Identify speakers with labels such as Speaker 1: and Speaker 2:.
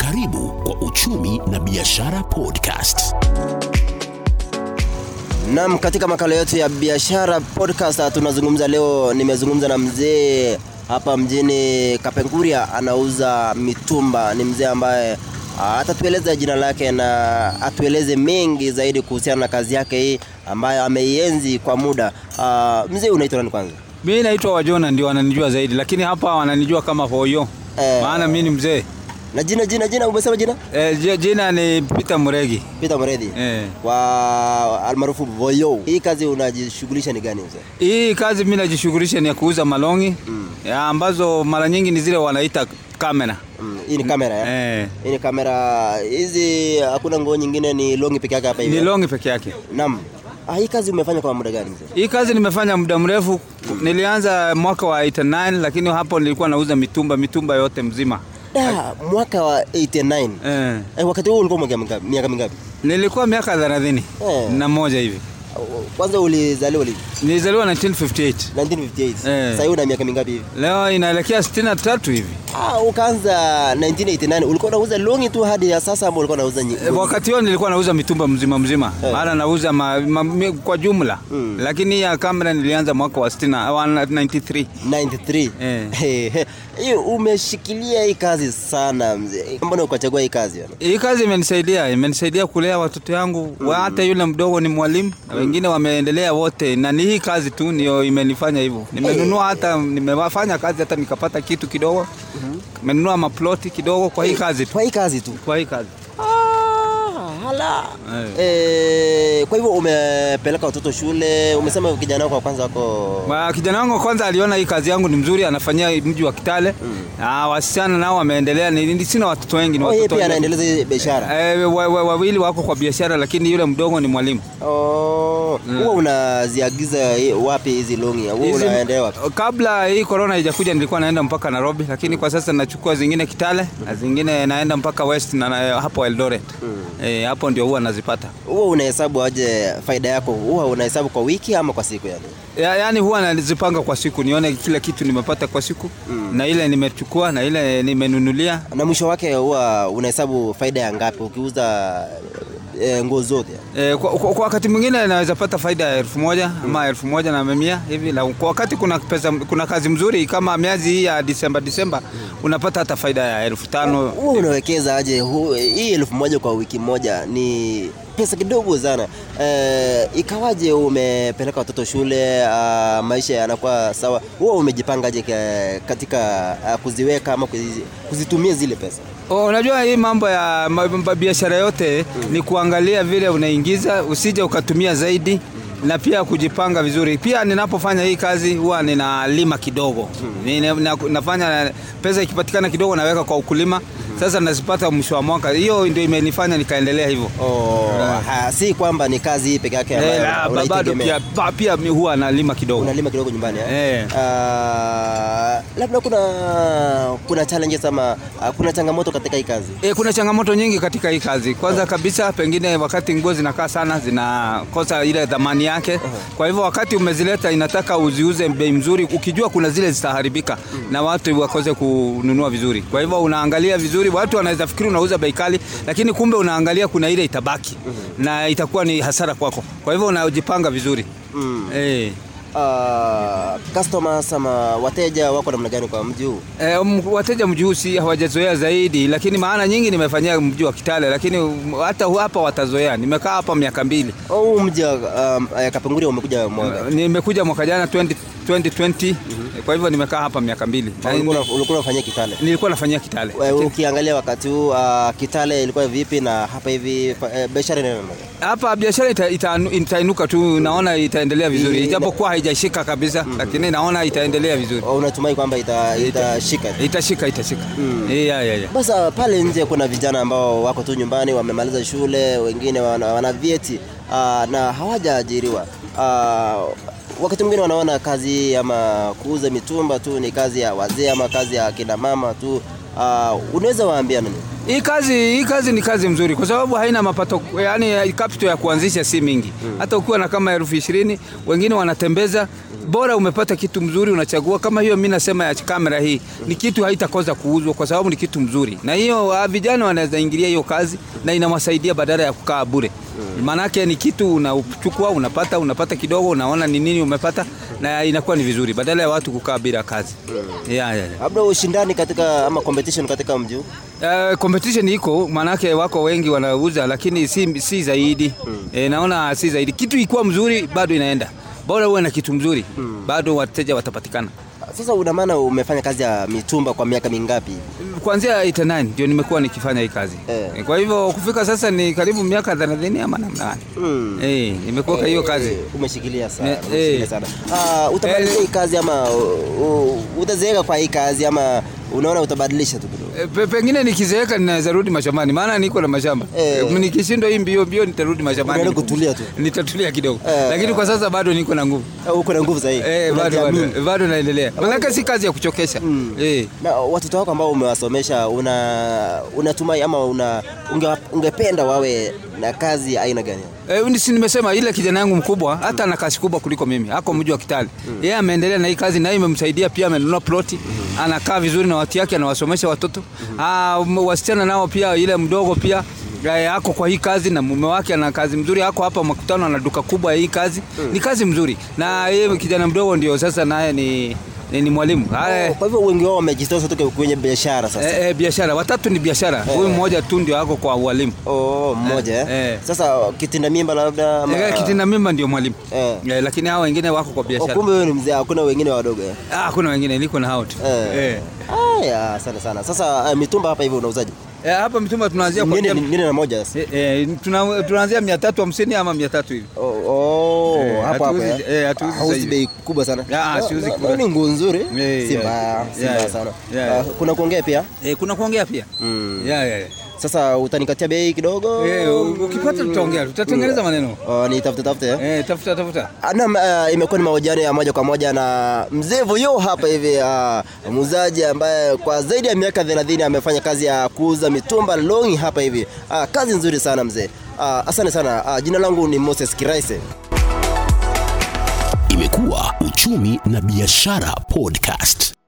Speaker 1: Karibu kwa Uchumi na Biashara Podcast.
Speaker 2: Naam, katika makala yetu ya biashara podcast ah, tunazungumza leo. Nimezungumza na mzee hapa mjini Kapenguria, anauza mitumba. Ni mzee ambaye ah, atatueleza jina lake na atueleze mengi zaidi kuhusiana na kazi yake hii ambayo ameienzi kwa muda. Ah, Mzee, unaitwa nani kwanza?
Speaker 3: Mi naitwa Wajona, ndio wananijua zaidi, lakini hapa wananijua kama Hoyo
Speaker 2: Eh.
Speaker 3: eh, maana mi ni mzee
Speaker 2: Na jina jina jina, umesema jina?
Speaker 3: eh, ji- jina ni Peter Muregi
Speaker 2: Peter Mredhi
Speaker 3: Eh.
Speaker 2: wa almaarufu Voyo. Hii kazi unajishughulisha ni gani mzee?
Speaker 3: Hii kazi mi najishughulisha ni ya kuuza malongi mm. ya ambazo mara nyingi ni zile wanaita kamera
Speaker 2: Mm, hii ni kamera ya?
Speaker 3: eh,
Speaker 2: Hii ni kamera hizi, hakuna nguo nyingine, ni longi peke yake hapa hivi.
Speaker 3: ni longi peke yake.
Speaker 2: Naam. Ah, hii kazi umefanya kwa muda gani mzee?
Speaker 3: Hii kazi nimefanya muda mrefu, nilianza mwaka wa 89 lakini hapo nilikuwa nauza mitumba, mitumba yote mzima
Speaker 2: Da, mwaka wa 89.
Speaker 3: eh,
Speaker 2: Eh, wakati huo ulikuwa mwaka mingapi? Miaka mingapi?
Speaker 3: nilikuwa miaka 30
Speaker 2: Eh.
Speaker 3: na moja hivi,
Speaker 2: Kwanza ulizaliwa lini?
Speaker 3: nilizaliwa 1958
Speaker 2: 1958.
Speaker 3: Eh.
Speaker 2: Sasa hivi una miaka mingapi hivi?
Speaker 3: leo inaelekea 63 hivi.
Speaker 2: Ah, ukaanza 1989. Ulikuwa unauza longi tu hadi ya sasa ama ulikuwa unauza nyi?
Speaker 3: E, Wakati huo nilikuwa nauza mitumba mzima mzima
Speaker 2: Eh. Hmm.
Speaker 3: mara nauza ma, ma, mi- kwa jumla mm. lakini ya kamera nilianza mwaka wa 60 wa 93
Speaker 2: 93. Eh. Hiyo umeshikilia hii kazi sana mzee. Mbona ukachagua hii kazi bwana?
Speaker 3: hii kazi imenisaidia imenisaidia kulea watoto yangu wa
Speaker 2: Hmm.
Speaker 3: hata yule mdogo ni mwalimu na wengine wameendelea wote na ni hii kazi tu ndio imenifanya hivyo
Speaker 2: Oh.
Speaker 3: nimenunua hata nimefanya kazi hata nikapata kitu kidogo
Speaker 2: Hmm.
Speaker 3: nimenunua maploti kidogo kwa hii kazi tu
Speaker 2: Kwa hii kazi tu.
Speaker 3: kwa hii kazi
Speaker 2: Ah, hala.
Speaker 3: Eh.
Speaker 2: Eh, kwa hivyo umepeleka watoto shule, umesema kijana wako wa kwanza wako
Speaker 3: Ma- Kijana wangu wa kwanza aliona hii kazi yangu ni mzuri, anafanyia mji wa Kitale na wasichana nao wameendelea. Ni- ni- Sina watoto wengi, ni
Speaker 2: Mm. Oh, yeye
Speaker 3: watoto
Speaker 2: pia
Speaker 3: wengi.
Speaker 2: anaendeleza hii biashara.
Speaker 3: Eh, wa- wa- wawili wako kwa biashara, lakini yule mdogo ni mwalimu.
Speaker 2: Oh, huwa unaziagiza i- wapi hizi longi? Huwa
Speaker 3: Mm. Hizi-
Speaker 2: unaendea wapi?
Speaker 3: kabla hii korona haijakuja nilikuwa naenda mpaka Nairobi, lakini kwa sasa nachukua zingine Kitale na zingine naenda mpaka West na, na hapo Eldoret.
Speaker 2: Mm.
Speaker 3: Eh, hapo ndio huwa nazipata.
Speaker 2: Huwa unahesabu aje faida yako? Huwa unahesabu kwa wiki ama kwa siku yaani? yani?
Speaker 3: Ya, yani huwa nazipanga kwa siku nione kila kitu nimepata kwa siku
Speaker 2: Mm.
Speaker 3: na ile nimechukua na ile nimenunulia
Speaker 2: Na mwisho wake huwa unahesabu faida ya ngapi ukiuza eh, nguo zote?
Speaker 3: E, kwa, kwa, kwa wakati mwingine naweza pata faida ya elfu moja ama elfu moja na mamia hivi na kwa wakati kuna, pesa, kuna kazi mzuri kama miezi hii ya Disemba Disemba unapata hata faida ya elfu tano
Speaker 2: Huwa unawekeza aje? Hu- Hii elfu moja kwa wiki moja ni pesa kidogo sana. Eh, ikawaje umepeleka watoto shule, ah, maisha yanakuwa sawa? Huwa umejipangaje ka- katika ah, kuziweka ama kuzi- kuzitumia zile pesa?
Speaker 3: O, Oh, unajua hii mambo ya ma- ma- biashara yote ni kuangalia vile unaingiza usije ukatumia zaidi na pia kujipanga vizuri. Pia ninapofanya hii kazi huwa ninalima kidogo Nina- na, nafanya pesa ikipatikana kidogo naweka kwa ukulima. Sasa nazipata mwisho wa mwaka, hiyo ndio imenifanya nikaendelea hivyo.
Speaker 2: Oh, ha, si kwamba ni kazi hii peke yake ambayo
Speaker 3: Eh, la, ba- bado
Speaker 2: unaitegemea.
Speaker 3: pia, ba- pia mi huwa analima kidogo
Speaker 2: unalima kidogo nyumbani eh?
Speaker 3: Eh.
Speaker 2: Ah, labda kuna kuna challenges ama ah, kuna changamoto katika hii kazi
Speaker 3: E, kuna changamoto nyingi katika hii kazi. Kwanza kabisa, pengine wakati nguo zinakaa sana zinakosa ile dhamani yake. Kwa hivyo wakati umezileta inataka uziuze bei mzuri, ukijua kuna zile zitaharibika
Speaker 2: Mm.
Speaker 3: na watu wakose kununua vizuri. Kwa hivyo unaangalia vizuri, watu wanaweza fikiri unauza bei kali, lakini kumbe unaangalia kuna ile itabaki
Speaker 2: Mhm.
Speaker 3: na itakuwa ni hasara kwako. Kwa hivyo unajipanga vizuri
Speaker 2: Mm.
Speaker 3: Eh.
Speaker 2: Ah, customers ama wateja wako namna gani kwa mji huu
Speaker 3: E, wateja mji huu si hawajazoea zaidi, lakini maana nyingi nimefanyia mji wa Kitale, lakini um, hata hu- hapa watazoea. Nimekaa hapa miaka mbili,
Speaker 2: au mji wa um, Kapenguria umekuja mwaga
Speaker 3: nimekuja mwaka jana 20 2020. Kwa hivyo nimekaa hapa miaka mbili Na
Speaker 2: Ulikuwa
Speaker 3: ni-
Speaker 2: una- ulikuwa unafanyia Kitale.
Speaker 3: nilikuwa nafanyia Mm. Kitale.
Speaker 2: Wewe Ukiangalia wakati huu ah, Kitale ilikuwa vipi na hapa hivi fa- eh, biashara inaenda
Speaker 3: Hapa biashara ita, ita, itainuka tu, naona itaendelea vizuri,
Speaker 2: Ina-
Speaker 3: ijapokuwa haijashika kabisa, lakini naona itaendelea vizuri,
Speaker 2: Au unatumai kwamba ita- itashika?
Speaker 3: itashika itashika. Eh, ya, ya, ya.
Speaker 2: Basa pale nje kuna vijana ambao wako tu nyumbani wamemaliza shule, wengine wana, wana vyeti ah, na hawajaajiriwa. Ah, wakati mwingine wanaona kazi ama kuuza mitumba tu ni kazi ya wazee ama kazi ya kina mama tu. Ah, unaweza waambia nini?
Speaker 3: Hii kazi hii kazi ni kazi mzuri kwa sababu haina mapato, yani capital ya kuanzisha si mingi. Hata ukiwa na kama elfu ishirini wengine wanatembeza, bora umepata kitu mzuri unachagua. Kama hiyo mimi nasema ya kamera hii ni kitu haitakosa kuuzwa kwa sababu ni kitu mzuri, na hiyo ah, vijana wanaweza ingilia hiyo kazi na inawasaidia badala ya kukaa bure. Maanake ni kitu unachukua, unapata, unapata kidogo, unaona ni nini umepata, na inakuwa ni vizuri badala ya watu kukaa bila kazi. Yeah, yeah, yeah.
Speaker 2: Labda ushindani katika ama competition katika mji huu.
Speaker 3: Eh, competition iko manake wako wengi wanauza lakini si, si zaidi
Speaker 2: Hmm.
Speaker 3: Eh, naona si zaidi kitu ikuwa mzuri bado inaenda bora uwe na kitu mzuri
Speaker 2: Hmm.
Speaker 3: bado wateja watapatikana
Speaker 2: Sasa una maana umefanya kazi ya mitumba kwa miaka mingapi?
Speaker 3: kuanzia 89 ndio nimekuwa nikifanya hii kazi
Speaker 2: Eh.
Speaker 3: Eh, kwa hivyo kufika sasa ni karibu miaka 30 ama namna gani
Speaker 2: Mm.
Speaker 3: eh, nimekuwa kwa hiyo kazi
Speaker 2: Eh, Umeshikilia sana.
Speaker 3: Eh,
Speaker 2: Umeshikilia
Speaker 3: eh.
Speaker 2: sana. Ah, utabadilisha
Speaker 3: Eh.
Speaker 2: hii kazi ama u- u- utazeeka kwa hii kazi ama unaona utabadilisha tu kidogo?
Speaker 3: E, pe- pengine nikizeeka ninaweza rudi mashambani, maana niko na mashamba
Speaker 2: Eh.
Speaker 3: e. Nikishindwa hii mbio mbio nitarudi mashambani,
Speaker 2: Unaenda kutulia tu.
Speaker 3: nitatulia kidogo
Speaker 2: Eh.
Speaker 3: e. Lakini kwa sasa bado niko na nguvu
Speaker 2: Eh, uko na nguvu zaidi.
Speaker 3: e, bado,
Speaker 2: Unajiamini.
Speaker 3: bado, bado naendelea, maanake si kazi ya kuchokesha mm. e.
Speaker 2: Na watoto wako ambao umewasomesha una unatumai ama una unge, ungependa wawe na kazi ya aina gani?
Speaker 3: E, ni- si nimesema ile kijana yangu mkubwa hata ana kazi kubwa kuliko mimi, ako mji wa Kitale. Yeye ameendelea na hii kazi na hii imemsaidia pia, amenunua ploti, anakaa vizuri na watu yake, anawasomesha watoto Ah, m- wasichana nao pia, ile mdogo pia e, ako kwa hii kazi na mume wake ana kazi mzuri, ako hapa makutano, ana duka kubwa ya hii kazi. Ni kazi mzuri, na yeye kijana mdogo ndio sasa naye ni, ni, ni mwalimu Aye.
Speaker 2: Kwa hivyo wengi wao wamejitosa tu kwenye biashara sasa.
Speaker 3: E, e, biashara watatu ni biashara, huyu mmoja tu ndio ako kwa ualimu.
Speaker 2: Oh, mmoja eh,
Speaker 3: Eh, eh.
Speaker 2: Sasa kitinda mimba labda ama
Speaker 3: Eh, Kitina mimba ndio mwalimu
Speaker 2: Eh.
Speaker 3: Eh, lakini hawa wengine wako kwa
Speaker 2: Oh,
Speaker 3: biashara.
Speaker 2: kumbe wewe ni mzee, hakuna wengine wadogo eh.
Speaker 3: Ah, kuna wengine niko na hao tu.
Speaker 2: Eh.
Speaker 3: Eh.
Speaker 2: Haya, asante sana. Sasa eh, mitumba hapa hivi unauzaje?
Speaker 3: Eh, hapa mtumba tunaanzia kwa
Speaker 2: Mjini
Speaker 3: kila-
Speaker 2: mjini na moja sasa.
Speaker 3: Eh, eh, tuna- tunaanzia 350 ama 300 hivi.
Speaker 2: Oh, oh
Speaker 3: Eh,
Speaker 2: hapo hapo.
Speaker 3: hatuuzi-
Speaker 2: eh.
Speaker 3: eh, hatuuzi
Speaker 2: Ah, hauzi
Speaker 3: zaidi.
Speaker 2: bei kubwa sana.
Speaker 3: Ah,
Speaker 2: Na-
Speaker 3: siuzi
Speaker 2: na-
Speaker 3: kubwa.
Speaker 2: Ni nguo nzuri.
Speaker 3: Eh,
Speaker 2: Si mbaya,
Speaker 3: yeah.
Speaker 2: si
Speaker 3: Yeah,
Speaker 2: mbaya
Speaker 3: yeah.
Speaker 2: sana.
Speaker 3: Yeah.
Speaker 2: Ah, Kuna kuongea pia?
Speaker 3: Eh, kuna kuongea pia.
Speaker 2: Mm.
Speaker 3: Ya, ya, ya.
Speaker 2: Sasa utanikatia bei kidogo.
Speaker 3: Eh, u- ukipata tutaongea, tutatengeneza maneno.
Speaker 2: Oh, ni tafute tafute. Eh?
Speaker 3: Eh, tafuta tafuta.
Speaker 2: Ah, Naam, eh, imekuwa ni mahojiano ya moja kwa moja na mzee Vuyo hapa hivi, ah, muuzaji ambaye kwa zaidi ya miaka 30 amefanya kazi ya kuuza mitumba longi hapa hivi. Ah, kazi nzuri sana mzee. Ah, asante sana. Ah, jina langu ni Moses Kiraise.
Speaker 1: Imekuwa Uchumi na Biashara Podcast.